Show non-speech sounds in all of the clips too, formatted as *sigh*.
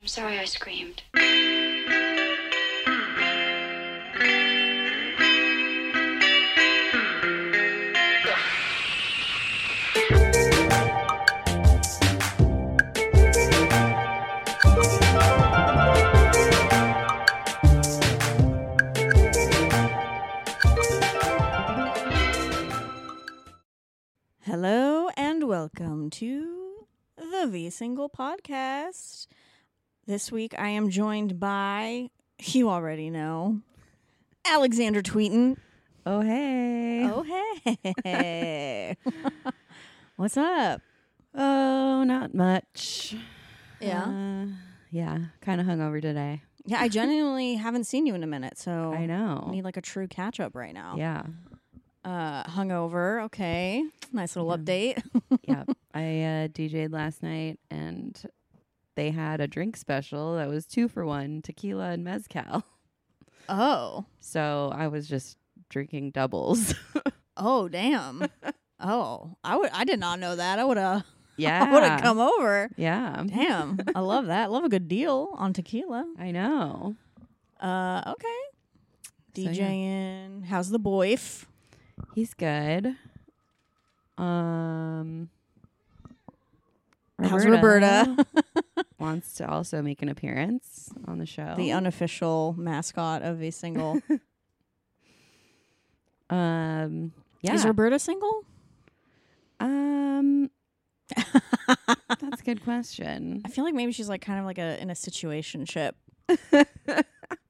I'm sorry I screamed. Hello and welcome to the V Single Podcast. This week I am joined by, you already know, Alexander Tweeten. Oh hey. Oh, *laughs* hey. What's up? Oh, not much. Yeah. Uh, yeah, kind of hungover today. Yeah, I genuinely haven't seen you in a minute, so I know. need like a true catch up right now. Yeah. Uh, hungover. Okay. Nice little update. *laughs* yeah. I uh, DJ'd last night and they had a drink special that was 2 for 1, tequila and mezcal. *laughs* Oh. So, I was just drinking doubles. *laughs* Oh, damn. oh, I would. I did not know that. I would have. yeah. I would have come over. Yeah. Damn, I love that. Love a good deal on tequila. I know. Uh, okay. So, yeah. DJing. How's the boyf? He's good. Um How's Roberta? *laughs* wants to also make an appearance on the show. the unofficial mascot of a *laughs* single. um yeah. Is Roberta single? *laughs* um that's a good question. I feel like maybe she's like kind of like a in a situation *laughs* ship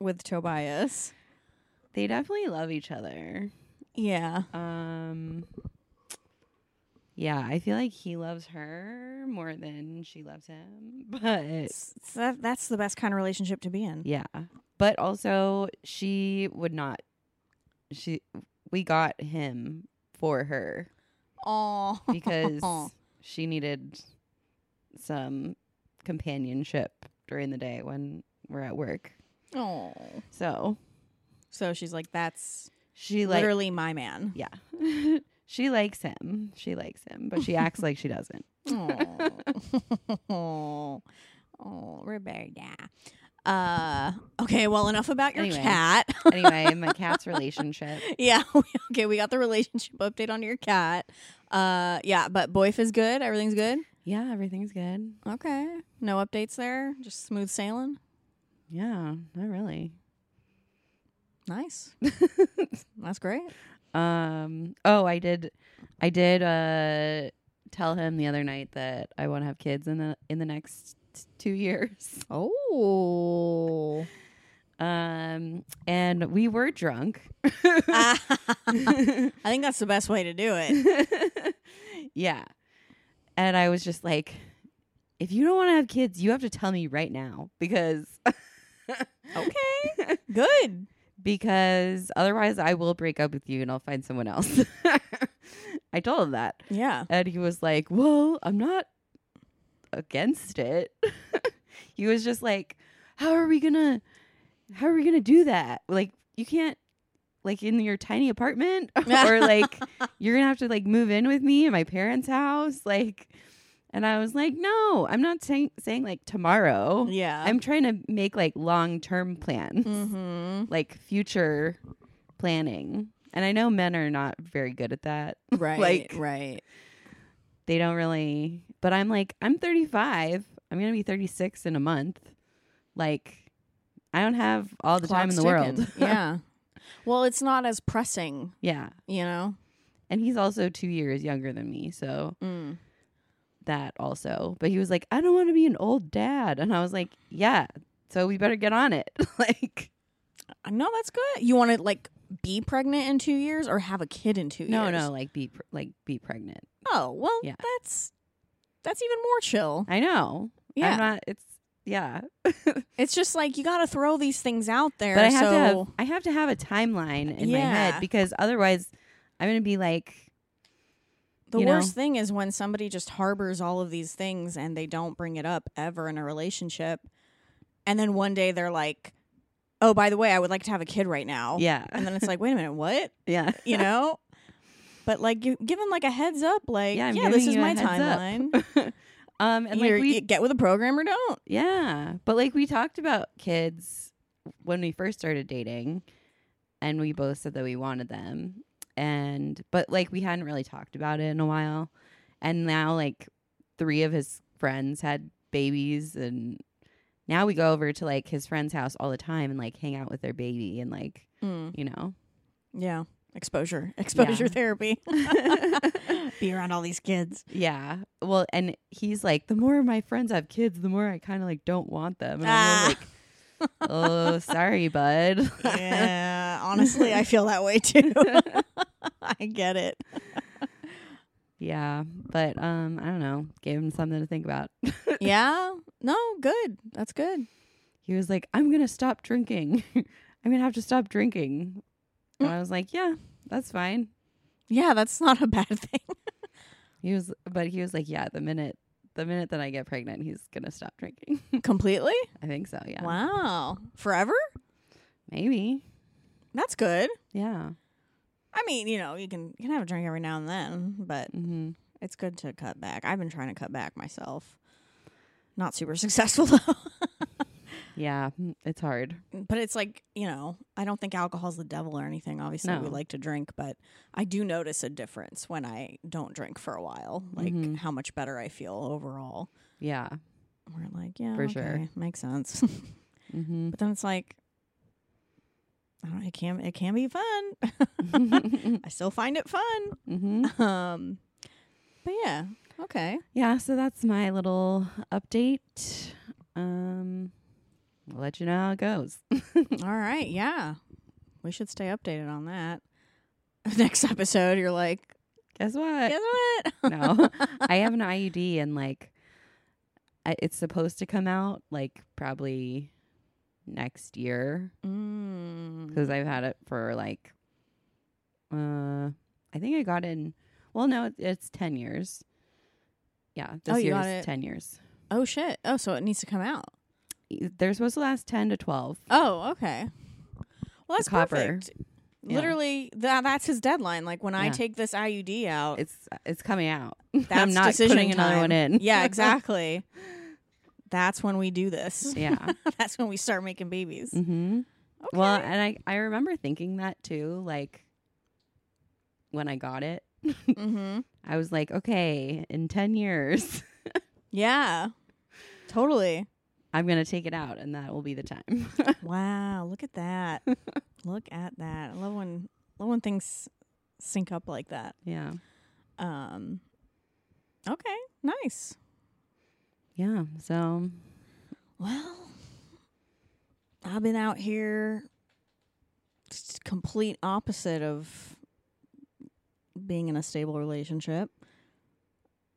with Tobias. They definitely love each other. Yeah. Um yeah, I feel like he loves her more than she loves him. *laughs* But S- s- that- that's the best kind of relationship to be in. yeah. But also she would not she we got him for *laughs* her Oh. because she needed some companionship during the day when we're at work. oh. So So she's like, that's she like literally my man. yeah. *laughs* she likes him. She likes him, but she acts like she *laughs* doesn't. *laughs* oh, oh, Roberta. Uh, okay. Well, enough about your Anyway. cat. *laughs* Anyway, my cat's relationship. yeah. *laughs* we- Okay. We got the relationship update on your cat. Uh, yeah. But Boyf is good. Everything's good. Yeah, everything's good. Okay. No updates there. Just smooth sailing. Yeah, not really. *laughs* Nice. That's great. Um oh, I did I did uh tell him the other night that I want to have kids in the in the next 2 years. *laughs* Oh. Um and we were drunk. *laughs* *laughs* I think that's the best way to do *laughs* it. yeah. And I was just like, if you don't want to have kids, you have to tell me right now because *laughs* Okay. Good. because otherwise I will break up with you and I'll find someone else. *laughs* I told him that. Yeah. And he was like, "Well, I'm not against it." *laughs* he was just like, "How are we going to how are we going to do that? Like you can't like in your tiny apartment *laughs* or *laughs* like you're gonna have to like move in with me in my parents' house, like. And I was like, no, I'm not saying saying like tomorrow. Yeah. I'm trying to make like long term plans, mm-hmm. like future planning. And I know men are not very good at that. *laughs* Right. Like- right. They don't really. But I'm like, I'm 35. I'm gonna be 36 in a month. Like, I don't have all the time in the Clock's *laughs* world. ticking. yeah. Well, it's not as pressing, *laughs* yeah. you know. And he's also two years younger than me, so that also. But he was like, I don't want to be an old dad. And I was like, yeah, so we better get on it. *laughs* like, Uh, No, that's good. You want to like be pregnant in two years or have a kid in two no, years? no, like be pr- like be pregnant. Oh well, Yeah. that's that's even more chill. I know. Yeah, I'm not it's yeah. it's just like you got to throw these things out there. But I have so to have I have to have a timeline in my Yeah. head because otherwise I'm going to be like the you worst know. thing is when somebody just harbors all of these things and they don't bring it up ever in a relationship, and then one day they're like, "Oh, by the way, I would like to have a kid right now." yeah. and then it's like, "Wait a minute, what?" *laughs* yeah. you know but like you give him like a heads up like yeah, Yeah, I'm this giving is you a my heads up. timeline e Um, *laughs* and Either like we, you get with a program or don't. yeah, but like we talked about kids when we first started dating, and we both said that we wanted them, and but like we hadn't really talked about it in a while, and now like three of his friends had babies, and now we go over to like his friend's house all the time and like hang out with their baby and like Mm, you *laughs* know *laughs* yeah. Exposure. Exposure therapy. Be around all these kids. Yeah. Well, and he's like, the more my friends have kids, the more I kind of like don't want them. And I'm always like, oh, sorry, bud. *laughs* yeah. Honestly, I feel that way too. I get it. yeah. But um, I don't know. Gave him something to think about. Yeah. No, good. That's good. He was like, I'm gonna stop drinking. *laughs* I'm gonna have to stop drinking. And I was like, yeah, that's fine. Yeah, that's not a bad thing. *laughs* He was, but he was like, yeah, the minute. The minute that I get pregnant, he's gonna stop drinking. *laughs* Completely? I think so. Yeah, Wow. Forever? maybe. That's good. Yeah. I mean, you know, you can you can have a drink every now and then, but Mm-hmm. it's good to cut back. I've been trying to cut back myself. Not super *laughs* successful though. Yeah. Mm, It's hard. but it's like, you know, I don't think alcohol's the devil or anything. Obviously, we No. like to drink, but I do notice a difference when I don't drink for a while, like Mhm. how much better I feel overall. Yeah. We're like, yeah, For okay, sure. makes *laughs* sense. *laughs* Mm-hmm. but then it's like I don't know, it can it can be fun. *laughs* I still find it fun. *laughs* mm-hmm. Um, but yeah, okay. yeah so that's my little update um I'll let you know how it goes All right, yeah. We should stay updated on that. *laughs* Next episode, you're like, "Uh, guess *laughs* what guess what? no i have an iud and like I, it's supposed to come out like probably next year *laughs* Mm. because i've had it for like uh i think i got in well no it, it's 10 years yeah this Oh, you year got it. is 10 years Oh shit! Oh, so it needs to come out. E- they're supposed to last 10 to 12 Oh, okay. Well, that's copper. perfect. Yeah. Literally, tha- that's his deadline. Like when I Yeah. take this IUD out, it's it's *laughs* coming out that's i'm not decision putting another one time. in *laughs* yeah, exactly. that's when we do this. *laughs* yeah that's when we start making babies. Mm-hmm. Okay. Well, and I, I remember thinking that too, like when I got it. mm-hmm. I was like, okay, in 10 years, *laughs* Yeah. Totally. I'm going to take it out and that will be the time. *laughs* Wow, look at that. look at that. I love when love when things sync up like that. yeah. Um Okay, nice. Yeah. So, Well, I've been out here s- complete opposite of being in a stable relationship.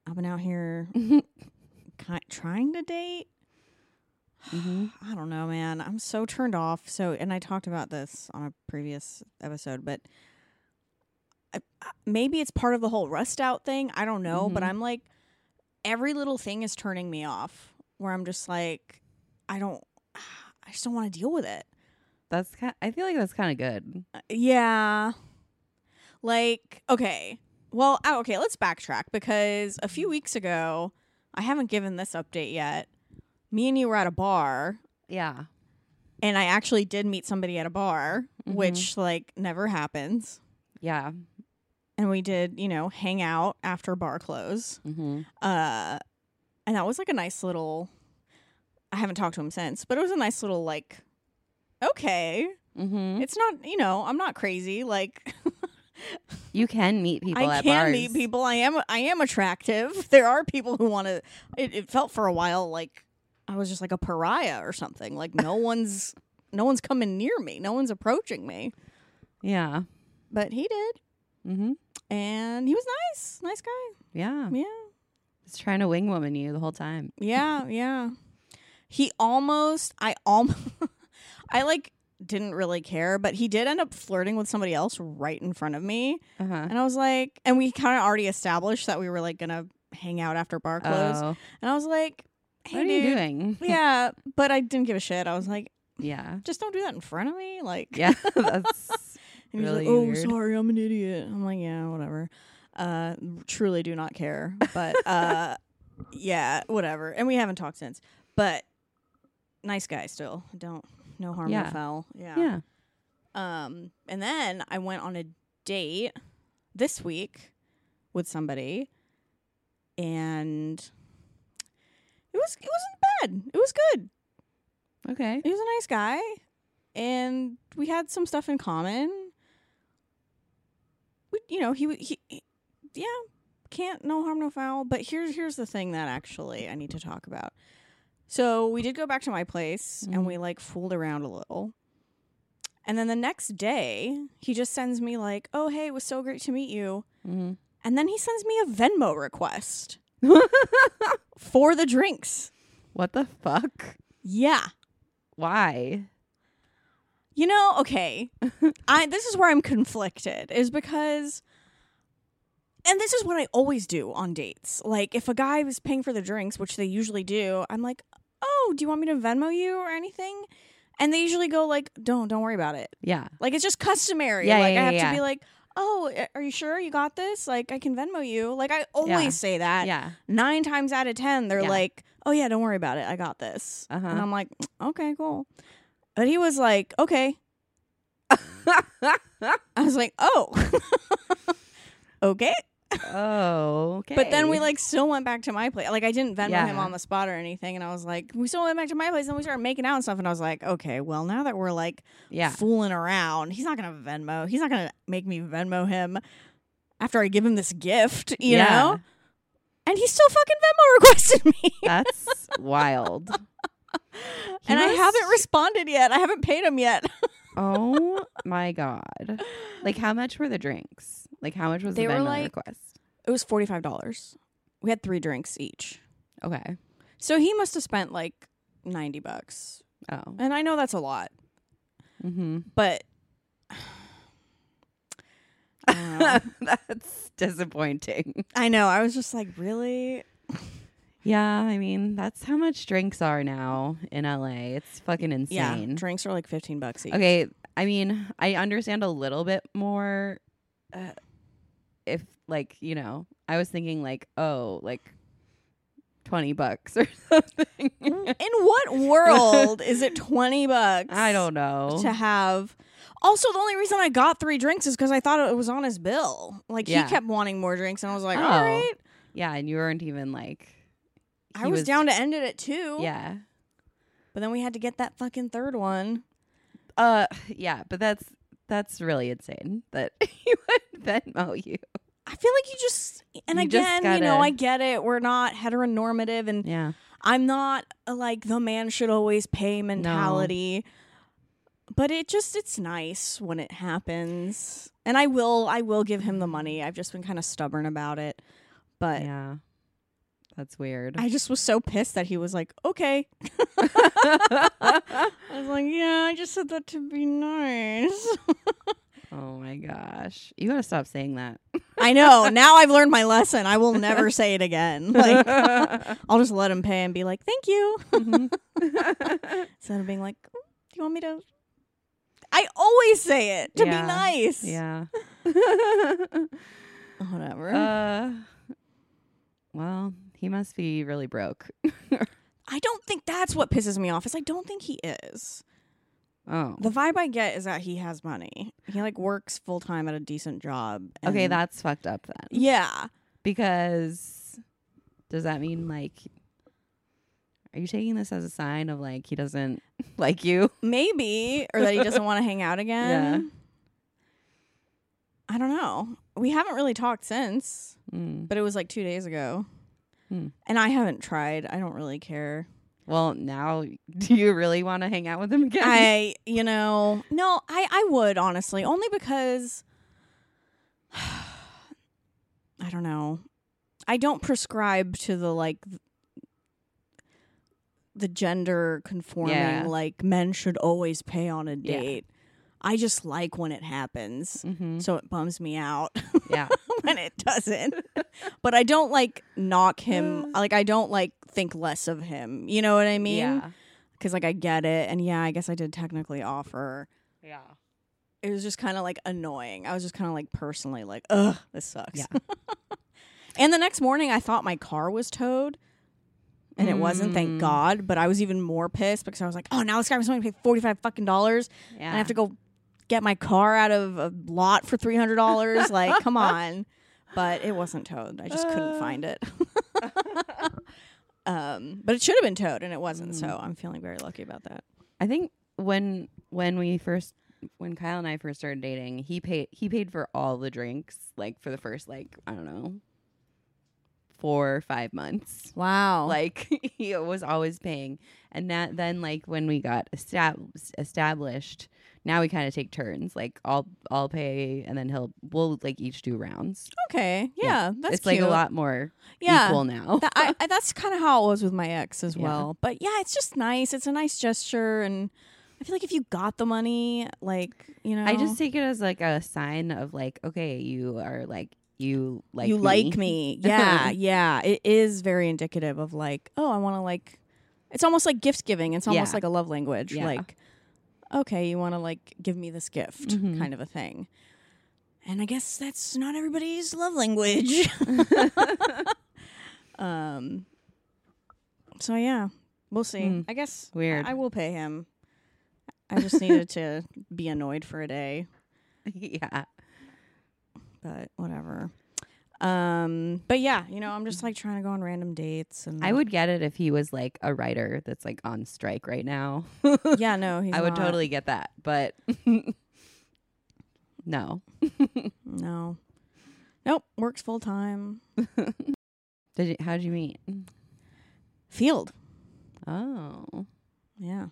I've been out here ki- trying to date. Mhm. I don't know, man. I'm so turned off. So, and I talked about this on a previous episode, but I, I- maybe it's part of the whole rust out thing. I don't know, but Mhm. I'm like, every little thing is turning me off. Where I'm just like, I don't, *sighs* I just don't want to deal with it. that's, ki- I feel like that's kind of good. Uh, Yeah. Like, okay. Well, ah, okay, let's backtrack because a few weeks ago, I haven't given this update yet. Me and you were at a bar Yeah. and I actually did meet somebody at a bar, Mhm. which like never happens. Yeah. And we did, you know, hang out after bar close. Mm-hmm. Uh and that was like a nice little I haven't talked to him since, but it was a nice little like okay. Mm-hmm. It's not, you know, I'm not crazy. Like You can meet people I at can bars. meet people. I am I am attractive. *laughs* There are people who want to it, it felt for a while like I was just like a pariah or something. Like no *laughs* one's no one's coming near me. No one's approaching me. Yeah. But he did. Mm-hmm. and he was nice, nice guy. Yeah. Yeah, It's trying to wing woman you the whole time. yeah, *laughs* yeah. He almost, I almost, *laughs* I like didn't really care, but he did end up flirting with somebody else right in front of me, Uh-huh. and I was like, and we kind of already established that we were like gonna hang out after bar close, Oh, and I was like, hey, what are dude. you doing? yeah, but I didn't give a shit. I was like, *laughs* Yeah. just don't do that in front of me, like, Yeah. *laughs* That's And he's Really like, "Oh, weird. sorry, I'm an idiot." I'm like, "Yeah, whatever." Uh, *laughs* truly do not care, but uh, yeah, whatever. And we haven't talked since. But nice guy still. Don't no harm, no Yeah. foul. *laughs* Yeah. Yeah. Um, and then I went on a date this week with somebody, and it was it wasn't bad. It was good. Okay. He was a nice guy, and we had some stuff in common. We, you know, he, w- he, he yeah, can't no harm no foul. But here's here's the thing that actually I need to talk about. So we did go back to my place, and we like fooled around a little. And then the next day, he just sends me like, "Oh hey, it was so great to meet you." hmm And then he sends me a Venmo request *laughs* for the drinks. What the fuck? Yeah. Why? You know, okay. *laughs* I this is where I'm conflicted is because and this is what I always do on dates. Like if a guy was paying for the drinks, which they usually do, I'm like, "Oh, do you want me to Venmo you or anything?" And they usually go like, "Don't, don't worry about it." Yeah. Like it's just customary. Yeah, like yeah, I have yeah, to yeah. be like, "Oh, a- are you sure you got this? Like I can Venmo you." Like I always Yeah. say that. yeah. 9 times out of 10 they're Yeah. like, "Oh yeah, don't worry about it. I got this." Uh-huh. And I'm like, "Mm, "Okay, cool." But he was like, "Okay, *laughs* I was like, oh, *laughs* okay. oh. *laughs* Okay. But then we like still went back to my place. Like I didn't Venmo Yeah. him on the spot or anything, and I was like, we still went back to my place, and we started making out and stuff, and I was like, okay, well now that we're like *laughs* Yeah. fooling around, he's not gonna Venmo. He's not gonna make me Venmo him after I give him this gift, you Yeah. know. And he still fucking Venmo *laughs* requested me, That's *laughs* wild. He and I must- haven't responded yet. I haven't paid him yet. *laughs* oh my god. Like how much were the drinks? Like how much was They the were, Venmo like- request? It was forty five dollars. We had three drinks each, Okay. so he must have spent like ninety bucks. Oh. And I know that's a lot, *laughs* Mm-hmm. but *sighs* I, don't *laughs* Oh. know. That's disappointing. I know. I was just like, really? Yeah, I mean, that's how much drinks are now in LA. It's fucking Yeah, insane. drinks are like fifteen bucks each. okay, I mean, I understand a little bit more uh, if like, you know, I was thinking like, oh, like 20 bucks *laughs* or something. *laughs* In what world is it twenty bucks? I don't know. to have. Also, the only reason I got three drinks is because I thought it was on his bill. Like Yeah. he kept wanting more drinks, and I was like, Oh. all right. Yeah, and you weren't even like I he was, down to end it at two. Yeah. But then we had to get that fucking third one. Uh yeah, but that's that's really insane that *laughs* he would Venmo you. I feel like you just and You just again, you know, gotta- I get it. We're not heteronormative and Yeah. I'm not a, like the man should always pay mentality. But it just it's nice when it happens. And I will I will give him the money. I've just been kind of stubborn about it. But Yeah. That's weird. I *laughs* just was so pissed that he was like, "Okay." I was like, "Yeah, I just said that to be nice." *laughs* *laughs* oh my gosh. You gotta stop saying that. I know. Now I've learned my lesson. I will *laughs* never say it again. Like *laughs* I'll just let him pay and be like, "Thank you." Instead of being like, "Mm, "Do you want me to?" I always say it to Yeah. be nice. yeah. *laughs* Whatever. uh, well, he must be really broke. *laughs* I don't think that's what pisses me off. Is I don't think he is. Oh. The vibe I get is that he has money. He like works full time at a decent job. and- Okay, that's fucked up then. Yeah. Because does that mean like are you taking this as a sign of like he doesn't *laughs* like you? Maybe or that *laughs* he doesn't want to hang out again. I don't know. We haven't really talked since, Mm. but it was like 2 days ago. Hmm. And I haven't tried. I don't really care. Well, now *laughs* do you really want to hang out with him again? I, you know, no, I, I would honestly, only because *sighs* I don't know. I don't prescribe to the like th- the gender conforming Yeah. like men should always pay on a Yeah. date. I just like when it happens. *laughs* Mhm. So it bums me out *laughs* Yeah. when it doesn't. but I don't like knock *laughs* him. Like I don't like think less of him. You know what I mean? yeah. because like I get it, and yeah, I guess I did technically offer. Yeah. It was just kind of like annoying. I was just kind of like *laughs* personally like, ugh, this sucks. Yeah. and the next morning, I thought my car was towed, and it wasn't, thank Mm. God. But I was even more pissed because I was like, oh, now this guy was going to pay forty five fucking dollars, Yeah. and I have to go get my car out of a lot for three hundred dollars. *laughs* like, come on. But it wasn't towed. I just couldn't Uh. find *laughs* it. *laughs* um, but it should have been towed, and it wasn't. So Mm. I'm feeling very lucky about that. I think when when we first when Kyle and I first started dating, he paid he paid for all the drinks like for the first like I don't know four or five months. Wow. Like *laughs* he was always paying, and that then like when we got estab- established, now we kind of take turns. Like I'll I'll pay, and then he'll we'll like each do rounds. okay, yeah, Yeah. Oh, that's it's like a cute. lot more Yeah. equal now. That- I, I, that's kind of how it was with my ex as Yeah. well. But yeah, it's just nice. It's a nice gesture, and I feel like if you got the money, like you know, I just take it as like a sign of like okay, you are like you like you like *laughs* me. Yeah, yeah. It is very indicative of like, oh, I want to like. It's almost like gift giving. It's almost Yeah. like a love language. Yeah. Like, okay, you want to like give me this gift, Mhm. kind of a thing. And I guess that's not everybody's love *laughs* language. *laughs* um. So yeah, we'll see. Hmm. I guess I- Weird. I will pay him. I just needed to be annoyed for a day. *laughs* yeah. but whatever. Um, but yeah, you know, I'm just like trying to go on random dates, and I would get it if he was like a writer that's like on strike right now. *laughs* *laughs* Yeah, no, he's I would not. totally get that, but *laughs* no. No, nope. Works full time. Did you, how'd you meet? Field. Oh, Yeah,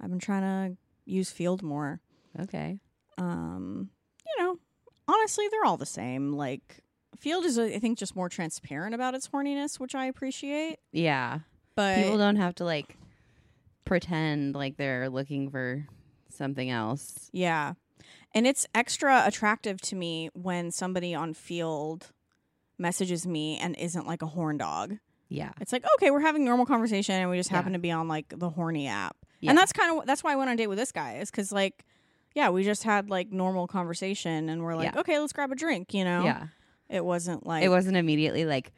I've been trying to use field more. okay. Um, you know, honestly, they're all the same. Like field is, I think, just more transparent about its horniness, which I appreciate. Yeah, But people don't have to like pretend like they're looking for something else. Yeah. And it's extra attractive to me when somebody on field messages me and isn't like a horn dog. Yeah, It's like, okay, we're having normal conversation and we just Yeah. happen to be on like the horny app. Yeah. And that's kind of that's why I went on a date with this guy is cuz like yeah, we just had like normal conversation and we're like, Yeah. okay, let's grab a drink, you know? yeah. It wasn't like It wasn't immediately like,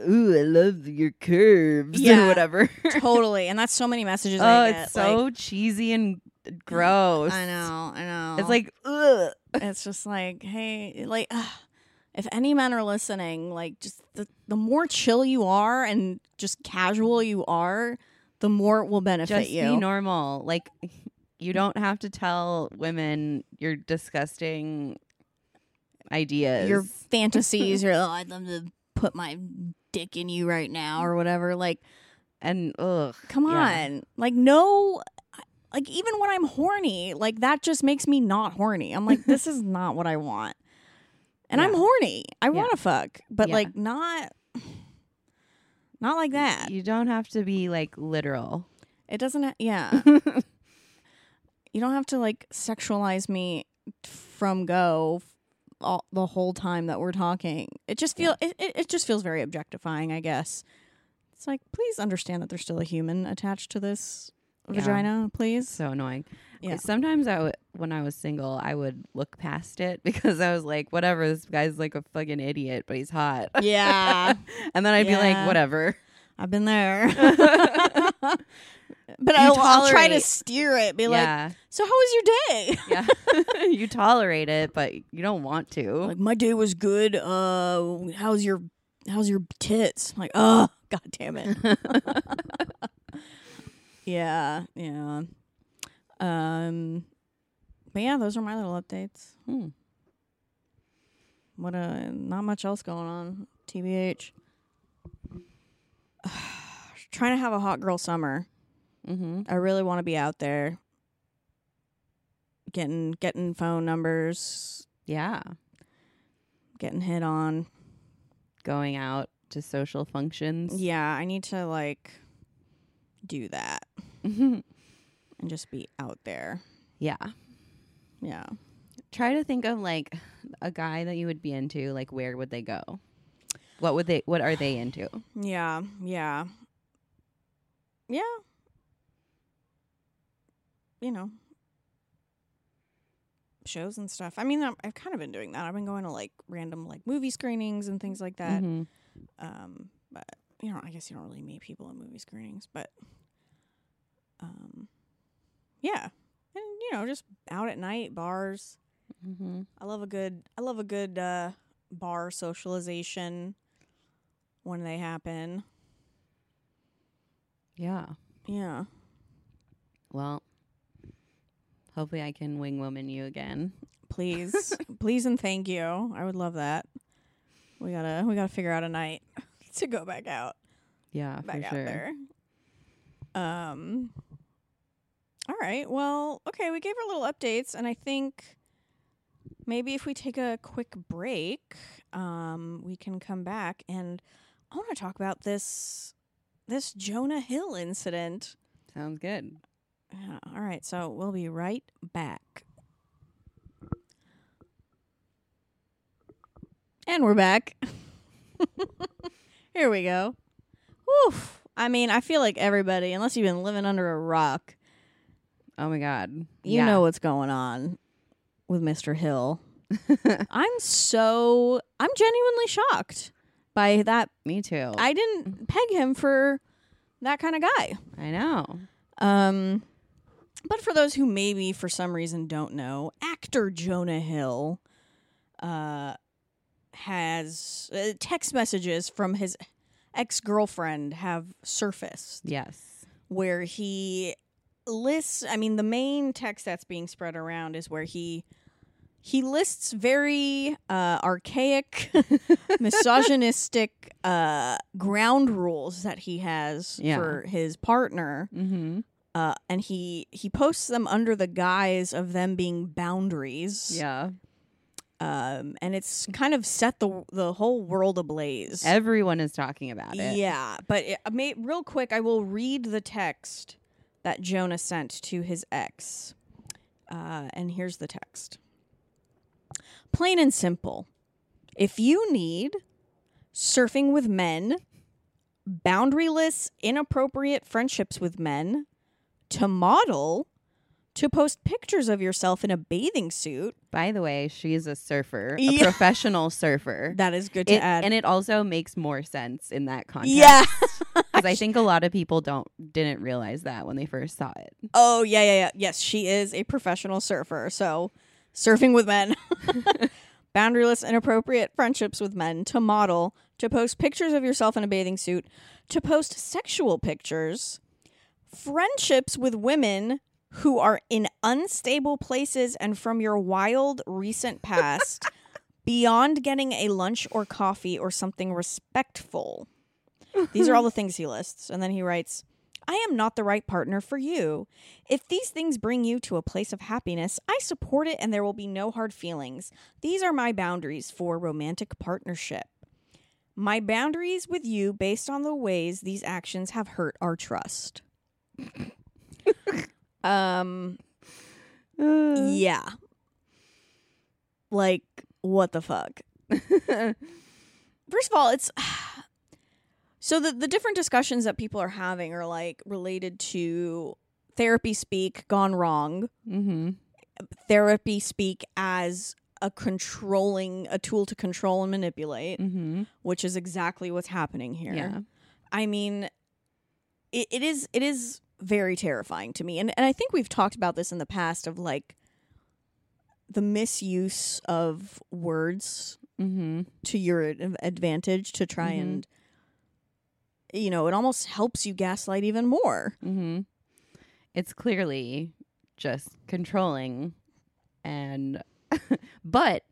"Ooh, I love your curves" Yeah. or whatever. *laughs* totally. And that's so many messages *laughs* oh, I it's get, so like, cheesy and gross. I know, I know. It's like, ugh. it's just like hey like ugh, if any men are listening like just the, the more chill you are and just casual you are the more it will benefit just you be normal. Like *laughs* you don't have to tell women your disgusting ideas. your *laughs* fantasies or oh i'd love to put my dick in you right now or whatever like and ugh. come on Yeah. like no like even when i'm horny like that just makes me not horny i'm like this is not what i want and i'm Yeah. horny i Yeah. want to fuck but Yeah. like not *sighs* not like that You don't have to be like literal. It doesn't. ha- *laughs* Yeah. you don't have to like sexualize me from go f- all, the whole time that we're talking. It just feel it, it, it just feels very objectifying, I guess. It's like please understand that there's still a human attached to this Yeah. vagina, please. so annoying. Yeah. Sometimes I would, when I was single, I would look past it *laughs* because I was like, whatever, this guy's like a fucking idiot, but he's hot. *laughs* Yeah, and then I'd be Yeah. like, whatever. *laughs* I've been there. *laughs* but I'll, I'll try to tolerate. steer it. Be like, yeah. so how was your day? *laughs* yeah. *laughs* you tolerate it, but you don't want to. like my day was good uh how's your how's your tits I'm like oh god damn it yeah yeah um but yeah those are my little updates Hmm. what uh not much else going on tbh *sighs* trying to have a hot girl summer mm-hmm. i really want to be out there getting getting phone numbers Yeah. getting hit on going out to social functions. Yeah, I need to like do that Yeah. and just be out there. *laughs* Yeah. Try to think of like a guy that you would be into, like where would they go? What would they what are they *sighs* into? Yeah. Yeah. Yeah. You know, shows and stuff. I mean, I'm- I've kind of been Mm-hmm. doing that. I've been going to like random like movie screenings and things like that. Mhm. Um, but you know, I guess you don't really meet people at movie screenings, but um yeah. And you know, just out at night, bars. Mm-hmm. I love a good I love a good uh bar socialization when they happen. Yeah. Yeah. Well, hopefully I can wing woman you again. Please. please and thank you. I would love that. We gotta we gotta figure out a night *laughs* to go back out. Yeah, back for out sure. there. Um. All right. Well, okay. We gave her little updates, and I think maybe if we take a quick break, um, we can come back and I want to talk about this this Jonah Hill incident. Sounds good. Yeah, all right. So we'll be right back. And we're back. *laughs* Here we go. Woof. I mean, I feel like everybody, unless you've been living under a rock, Oh my god. you Yeah. know what's going on with Mr. Hill. I'm so, I'm genuinely shocked by that. Me too. I, I didn't peg him for that kind of guy. know. Um, but for those who maybe for some reason don't know, actor Jonah Hill uh, has uh, text messages from his ex girlfriend have surfaced Yes. where he lists. I mean, the main text that's being spread around is where he. He lists very uh, archaic, *laughs* misogynistic uh, ground rules that he has Yeah. for his partner, Mm-hmm. uh, and he he posts them under the guise of them being boundaries. *laughs* Yeah. um, and it's kind of set the the whole world ablaze. Everyone is talking about it. Yeah, but it, I may, real quick, I will read the text that Jonah sent to his ex. Uh, and here's the text Plain and simple. If you need surfing with men, boundaryless, inappropriate friendships with men, to model, to post pictures of yourself in a bathing suit, By the way, she's a surfer, a Yeah. professional surfer. that is good to It- add. and it also makes more sense in that context. *laughs* yeah. *laughs* because I think a lot of people don't didn't realize that when they first saw it. Oh yeah, yeah, yeah. Yes, she is a professional surfer. So, surfing with men, *laughs* boundaryless, inappropriate friendships with men to model, to post pictures of yourself in a bathing suit, to post sexual pictures, friendships with women who are in unstable places and from your wild recent past. Beyond getting a lunch or coffee or something respectful. These are all the things he lists. And then he writes, I am not the right partner for you. If these things bring you to a place of happiness, I support it and there will be no hard feelings. These are my boundaries for romantic partnership. My boundaries with you based on the ways these actions have hurt our trust. um Uh-huh. yeah. Like what the fuck? *laughs* first of all, it's *sighs* so the the different discussions that people are having are like related to therapy speak gone wrong, *sighs* mm-hmm. therapy speak as a controlling a tool to control and manipulate, Mm-hmm. which is exactly what's happening here. Yeah. I mean, it, it is it is very terrifying to me, and and I think we've talked about this in the past of like the misuse of words Mm-hmm. to your ad- advantage to try Mhm. and you know it almost helps you gaslight even more Mm-hmm. It's clearly just controlling and *laughs* but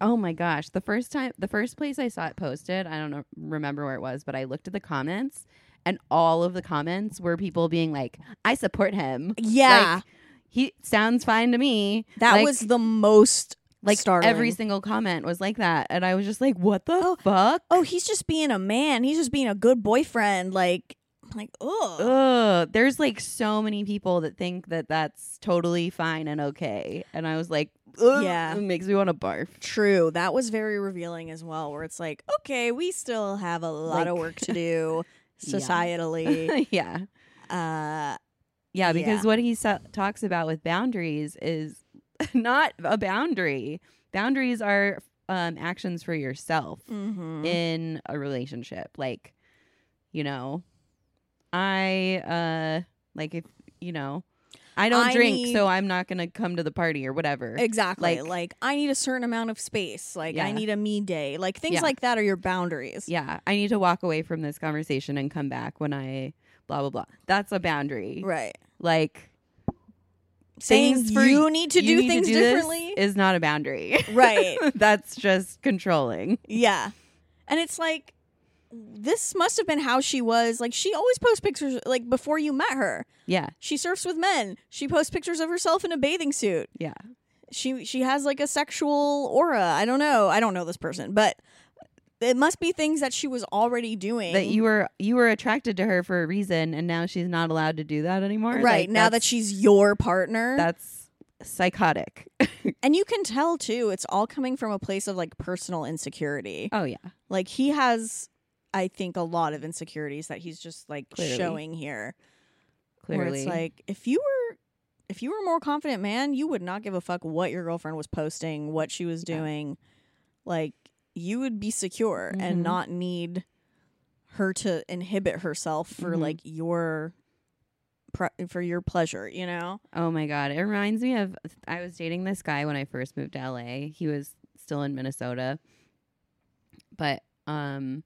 oh my gosh, the first time the first place I saw it posted, I don't know, remember where it was, but I looked at the comments and all of the comments were people being like, I support him. yeah Like, he sounds fine to me. that like- was the most like startling. every single comment was like that. And I was just like, what the fuck? oh he's just being a man he's just being a good boyfriend like like oh Ugh, there's like so many people that think that that's totally fine and okay. And I was like, Ugh, Yeah. it makes me want to barf. *laughs* true that was very revealing as well where it's like okay we still have a lot of Like- work to do *laughs* Yeah. societally *laughs* yeah. uh Yeah. Because Yeah. what he so- talks about with boundaries is *laughs* not a boundary. Boundaries are um, actions for yourself mhm. in a relationship. Like, you know i uh like if you know i don't I drink need- so i'm not gonna come to the party or whatever Exactly. Like, Like- I need a certain amount of space. Like I Yeah. need a me day. Like things Yeah. like that are your boundaries. yeah i need to walk away from this conversation and come back when i blah blah blah that's a boundary Right. like Saying Things for you need to you do need things this differently. *laughs* is not a boundary *laughs* right. that's just controlling Yeah. And it's like this must have been how she was. Like she always posts pictures like before you met her. yeah She surfs with men. She posts pictures of herself in a bathing suit. yeah She she has like a sexual aura. I don't know. I don't know this person, but it must be things that she was already doing. that you were you were attracted to her for a reason and now she's not allowed to do that anymore right Like, now that that's- she's your partner. that's psychotic *laughs* And you can tell too, it's all coming from a place of like personal insecurity. oh yeah Like he has, I think, a lot of insecurities that he's just like Clearly. showing here. clearly Where it's like, if you were, if you were a more confident man, you would not give a fuck what your girlfriend was posting, what she was Yeah. doing. Like you would be secure and Mhm. not need her to inhibit herself for Mhm. like your, pre- for your pleasure. You know? Oh my god, it reminds me of I was dating this guy when I first moved to LA. He was still in Minnesota. But um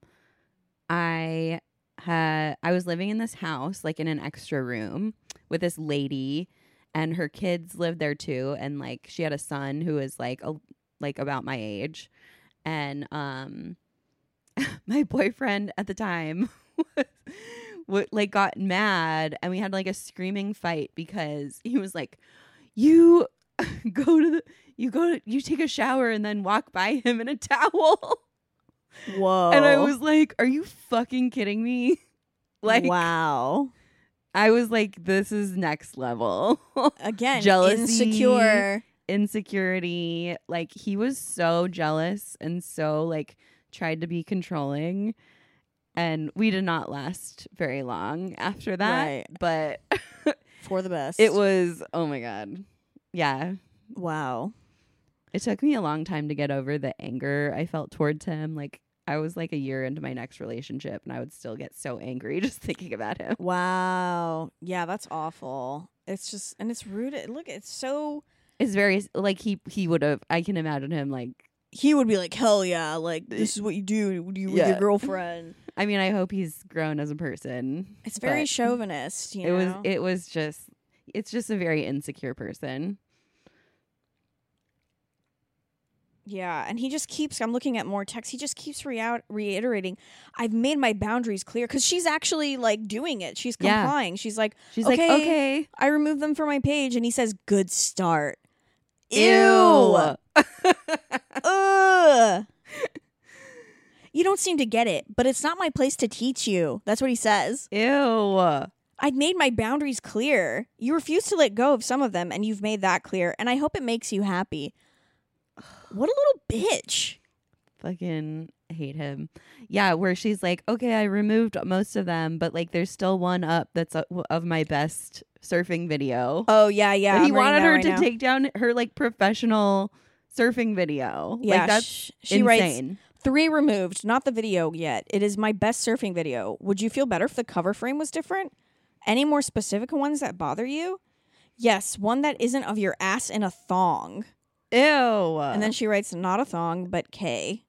I had I was living in this house like in an extra room with this lady and her kids lived there too and like she had a son who was like a, like about my age. And um *laughs* my boyfriend at the time was, *laughs* wa- like got mad and we had like a screaming fight because he was like you *laughs* go to the you go to, you take a shower and then walk by him in a towel *laughs* Whoa. and i was like are you fucking kidding me *laughs* like wow. i was like this is next level *laughs* again Jealousy. insecure insecurity like he was so jealous and so like tried to be controlling and we did not last very long after that Right. but *laughs* for the best. It was oh my god. Yeah. wow. It took me a long time to get over the anger I felt towards him. Like I was like a year into my next relationship and I would still get so angry *laughs* just thinking about him. Wow. Yeah, that's awful. It's just and it's rooted. Look, it's so It's very like he he would have I can imagine him like he would be like, "Hell yeah, like this is what you do when you with Yeah. your girlfriend." I mean I hope he's grown as a person. *laughs* It's very but chauvinist, you It know. was it was just it's just a very insecure person. yeah, and he just keeps I'm looking at more text. He just keeps re- reiterating, "I've made my boundaries clear" cuz she's actually like doing it. She's Yeah. complying. She's like, She's Okay. like, "Okay. "I removed them from my page." And he says, "Good start." Ew. *laughs* Ugh. you don't seem to get it, but it's not my place to teach you. That's what he says. Ew. I've made my boundaries clear. You refuse to let go of some of them, and you've made that clear, and I hope it makes you happy. *sighs* What a little bitch. fucking hate him. Yeah, where she's like, okay, I removed most of them, but like there's still one up that's o- of my best surfing video. Oh, yeah, yeah. But he I'm reading wanted that her right to now. take down her like professional surfing video. Yeah, like, that's sh- she writes insane. Three removed, not the video yet. It is my best surfing video. Would you feel better if the cover frame was different? Any more specific ones that bother you? Yes, one that isn't of your ass in a thong. Ew. And then she writes, not a thong, but K.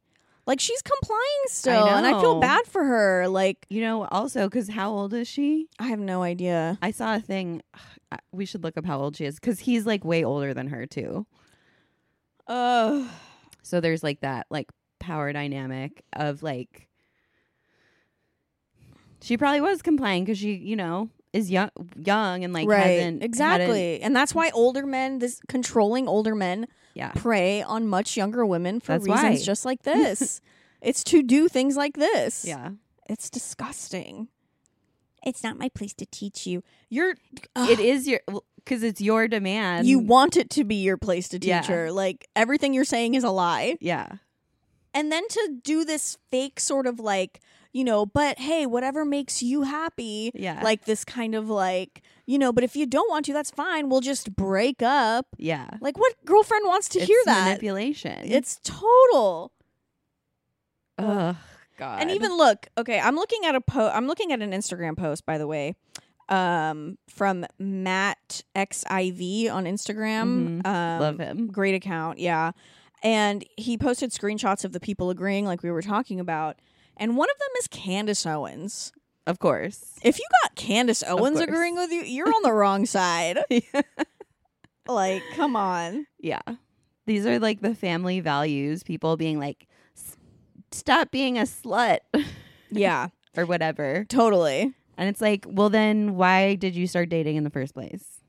Like she's complying still. and I feel know. bad for her. Like, you know, also because how old is she? I have no idea. I saw a thing. *sighs* I- We should look up how old she is because he's like way older than her too. Ugh. So there's like that like power dynamic of like she probably was complying because she you know is young young and like hasn't hadn't- exactly. And that's why older men, this controlling older men, yeah prey on much younger women for That's reasons why. just *laughs* like this. it's to do things like this. yeah It's disgusting. It's not my place to teach you. You're *sighs* it is your because it's your demand you want it to be your place to teach Yeah. her. Like everything you're saying is a lie. yeah and then to do this fake sort of like you know but hey whatever makes you happy yeah like this kind of like you know but if you don't want to that's fine we'll just break up yeah like what girlfriend wants to It's hear that manipulation it's total Ugh, God. uh, And even look, okay, I'm looking at a po I'm looking at an Instagram post, by the way, um, from Matt XIV on Instagram. Um, Mm-hmm. love him. Great account, yeah. And he posted screenshots of the people agreeing, like we were talking about. And one of them is Candace Owens. Of course. *laughs* If you got Candace Owens course. agreeing with you, *laughs* you're on the wrong side. Like, come on. Yeah. These are like the family values, people being like, "S- stop being a slut *laughs* Yeah, or whatever. totally. *laughs* And it's like, well, then why did you start dating in the first place?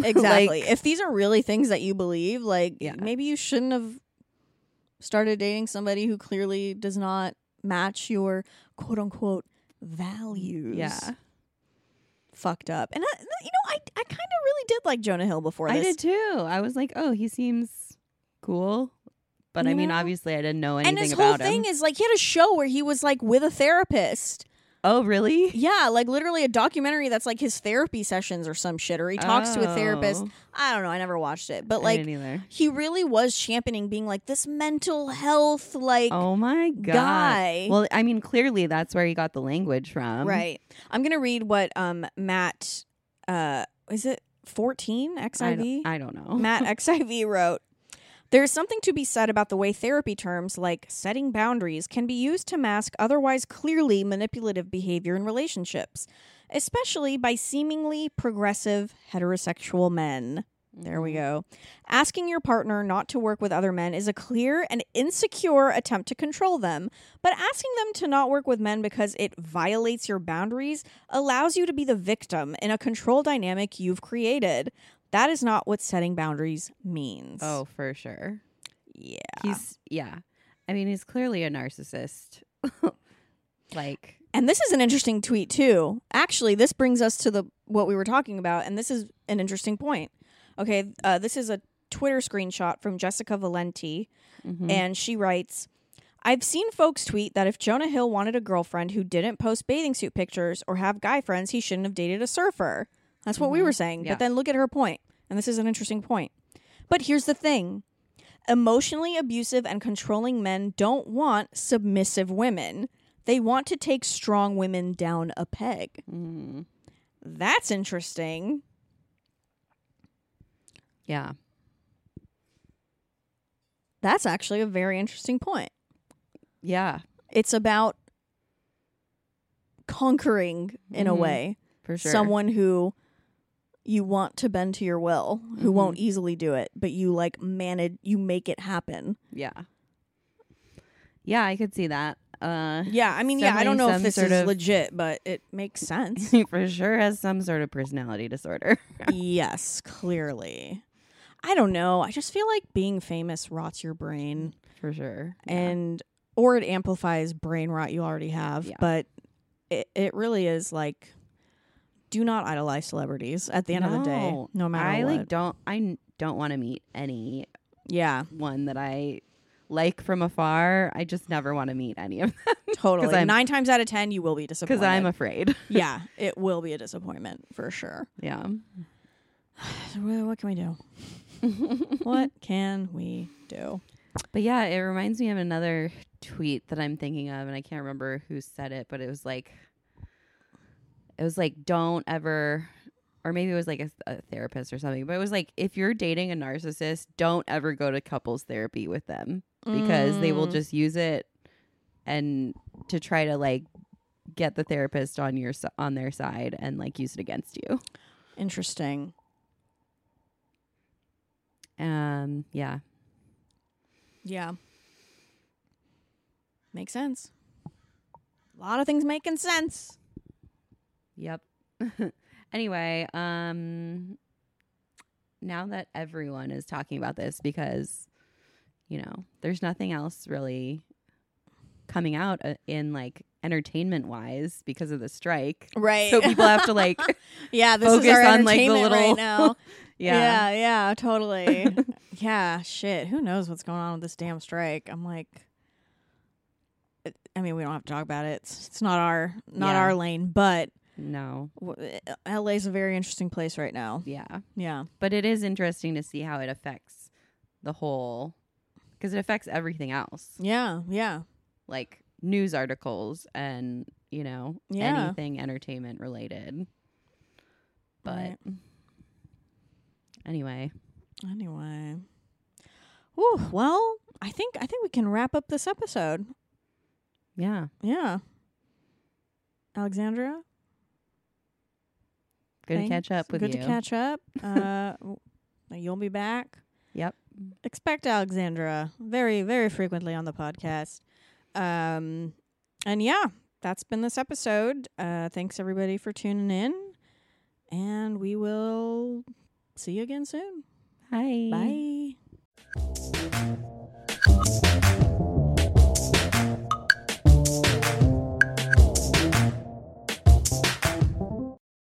Exactly. if these are really things that you believe, like Yeah. maybe you shouldn't have started dating somebody who clearly does not match your quote unquote values. Yeah. Fucked up. And I, you know, I I kind of really did like Jonah Hill before I this. did too. I was like, oh, he seems cool. But I You mean, know? obviously, I didn't know anything And his whole about thing him. is like he had a show where he was like with a therapist. oh, really? Yeah, like literally a documentary that's like his therapy sessions or some shit, or he talks to a therapist. Oh. I don't know. I never watched it, I but like didn't either. he really was championing being like this mental health like Oh my god. guy. Well, um, I mean, clearly that's where he got the language from. right i'm gonna read what um matt uh is it 14 I don't, xiv I don't know. *laughs* matt xiv wrote there's something to be said about the way therapy terms like setting boundaries can be used to mask otherwise clearly manipulative behavior in relationships, especially by seemingly progressive heterosexual men. Mm. There we go. Asking your partner not to work with other men is a clear and insecure attempt to control them, but asking them to not work with men because it violates your boundaries allows you to be the victim in a control dynamic you've created. That is not what setting boundaries means. Oh, for sure. yeah. He's yeah. I mean, he's clearly a narcissist. *laughs* like And this is an interesting tweet too. Actually, this brings us to the what we were talking about, and this is an interesting point. Okay, uh, this is a Twitter screenshot from Jessica Valenti, Mm-hmm. and she writes. I've seen folks tweet that if Jonah Hill wanted a girlfriend who didn't post bathing suit pictures or have guy friends, he shouldn't have dated a surfer. That's what we were saying. Yeah. But then look at her point, and this is an interesting point. But here's the thing emotionally abusive and controlling men don't want submissive women, they want to take strong women down a peg. mm, That's interesting. yeah. That's actually a very interesting point. Yeah, It's about conquering, in a Mhm. way, for sure. someone who you want to bend to your will, who Mhm. won't easily do it, but you like manage, you make it happen. Yeah. Yeah, I could see that. Uh *laughs* Yeah, I mean, yeah, I don't Definitely know if some this sort is of- legit, but it makes sense. he for sure has some sort of personality disorder. *laughs* yes, clearly. I don't know. I just feel like being famous rots your brain for sure. and or it amplifies brain rot you already have, Yeah. but it it really is like do not idolize celebrities at the end of the day, No. no matter I what. like don't I n- don't want to meet any *laughs* yeah, one that I like from afar. I just never want to meet any of them totally. I'm- 9 times out of 10 you will be disappointed. because I'm afraid. *laughs* yeah, it will be a disappointment for sure. Yeah. So wha- What can we *laughs* do? what can we do? But yeah, it reminds me of another tweet that I'm thinking of, and I can't remember who said it, but it was like, it was like, don't ever, or maybe it was like a, a therapist or something, but it was like, if you're dating a narcissist, don't ever go to couples therapy with them because they will Mm. just use it and to try to like get the therapist on your s- on their side and like use it against you. Interesting. Um, yeah, Yeah. Makes sense. A lot of things making sense. Yep. *laughs* anyway, um now that everyone is talking about this because you know, there's nothing else really coming out uh, in like entertainment wise because of the strike. Right. So people have to like *laughs* *laughs* yeah, this is focus our on, like, the entertainment right little- now. yeah. yeah, yeah, totally. yeah, shit. Who knows what's going on with this damn strike? I'm like it- I mean, we don't have to talk about it. It's, it's not our not Yeah. our lane, but No. w- LA's a very interesting place right now. Yeah. Yeah. But it is interesting to see how it affects the whole because it affects everything else. Yeah, yeah. Like news articles and you know Yeah. anything entertainment related. But Right. anyway, Anyway. Ooh, well, I think I think we can wrap up this episode. yeah, Yeah. Alexandra, good Thanks. to catch up with good you. to catch *laughs* up. Uh, w- you'll be back. Yep. Expect Alexandra very, very frequently on the podcast. Um, and yeah, that's been this episode. Uh, thanks everybody for tuning in, and we will see you again soon. Hi. Bye.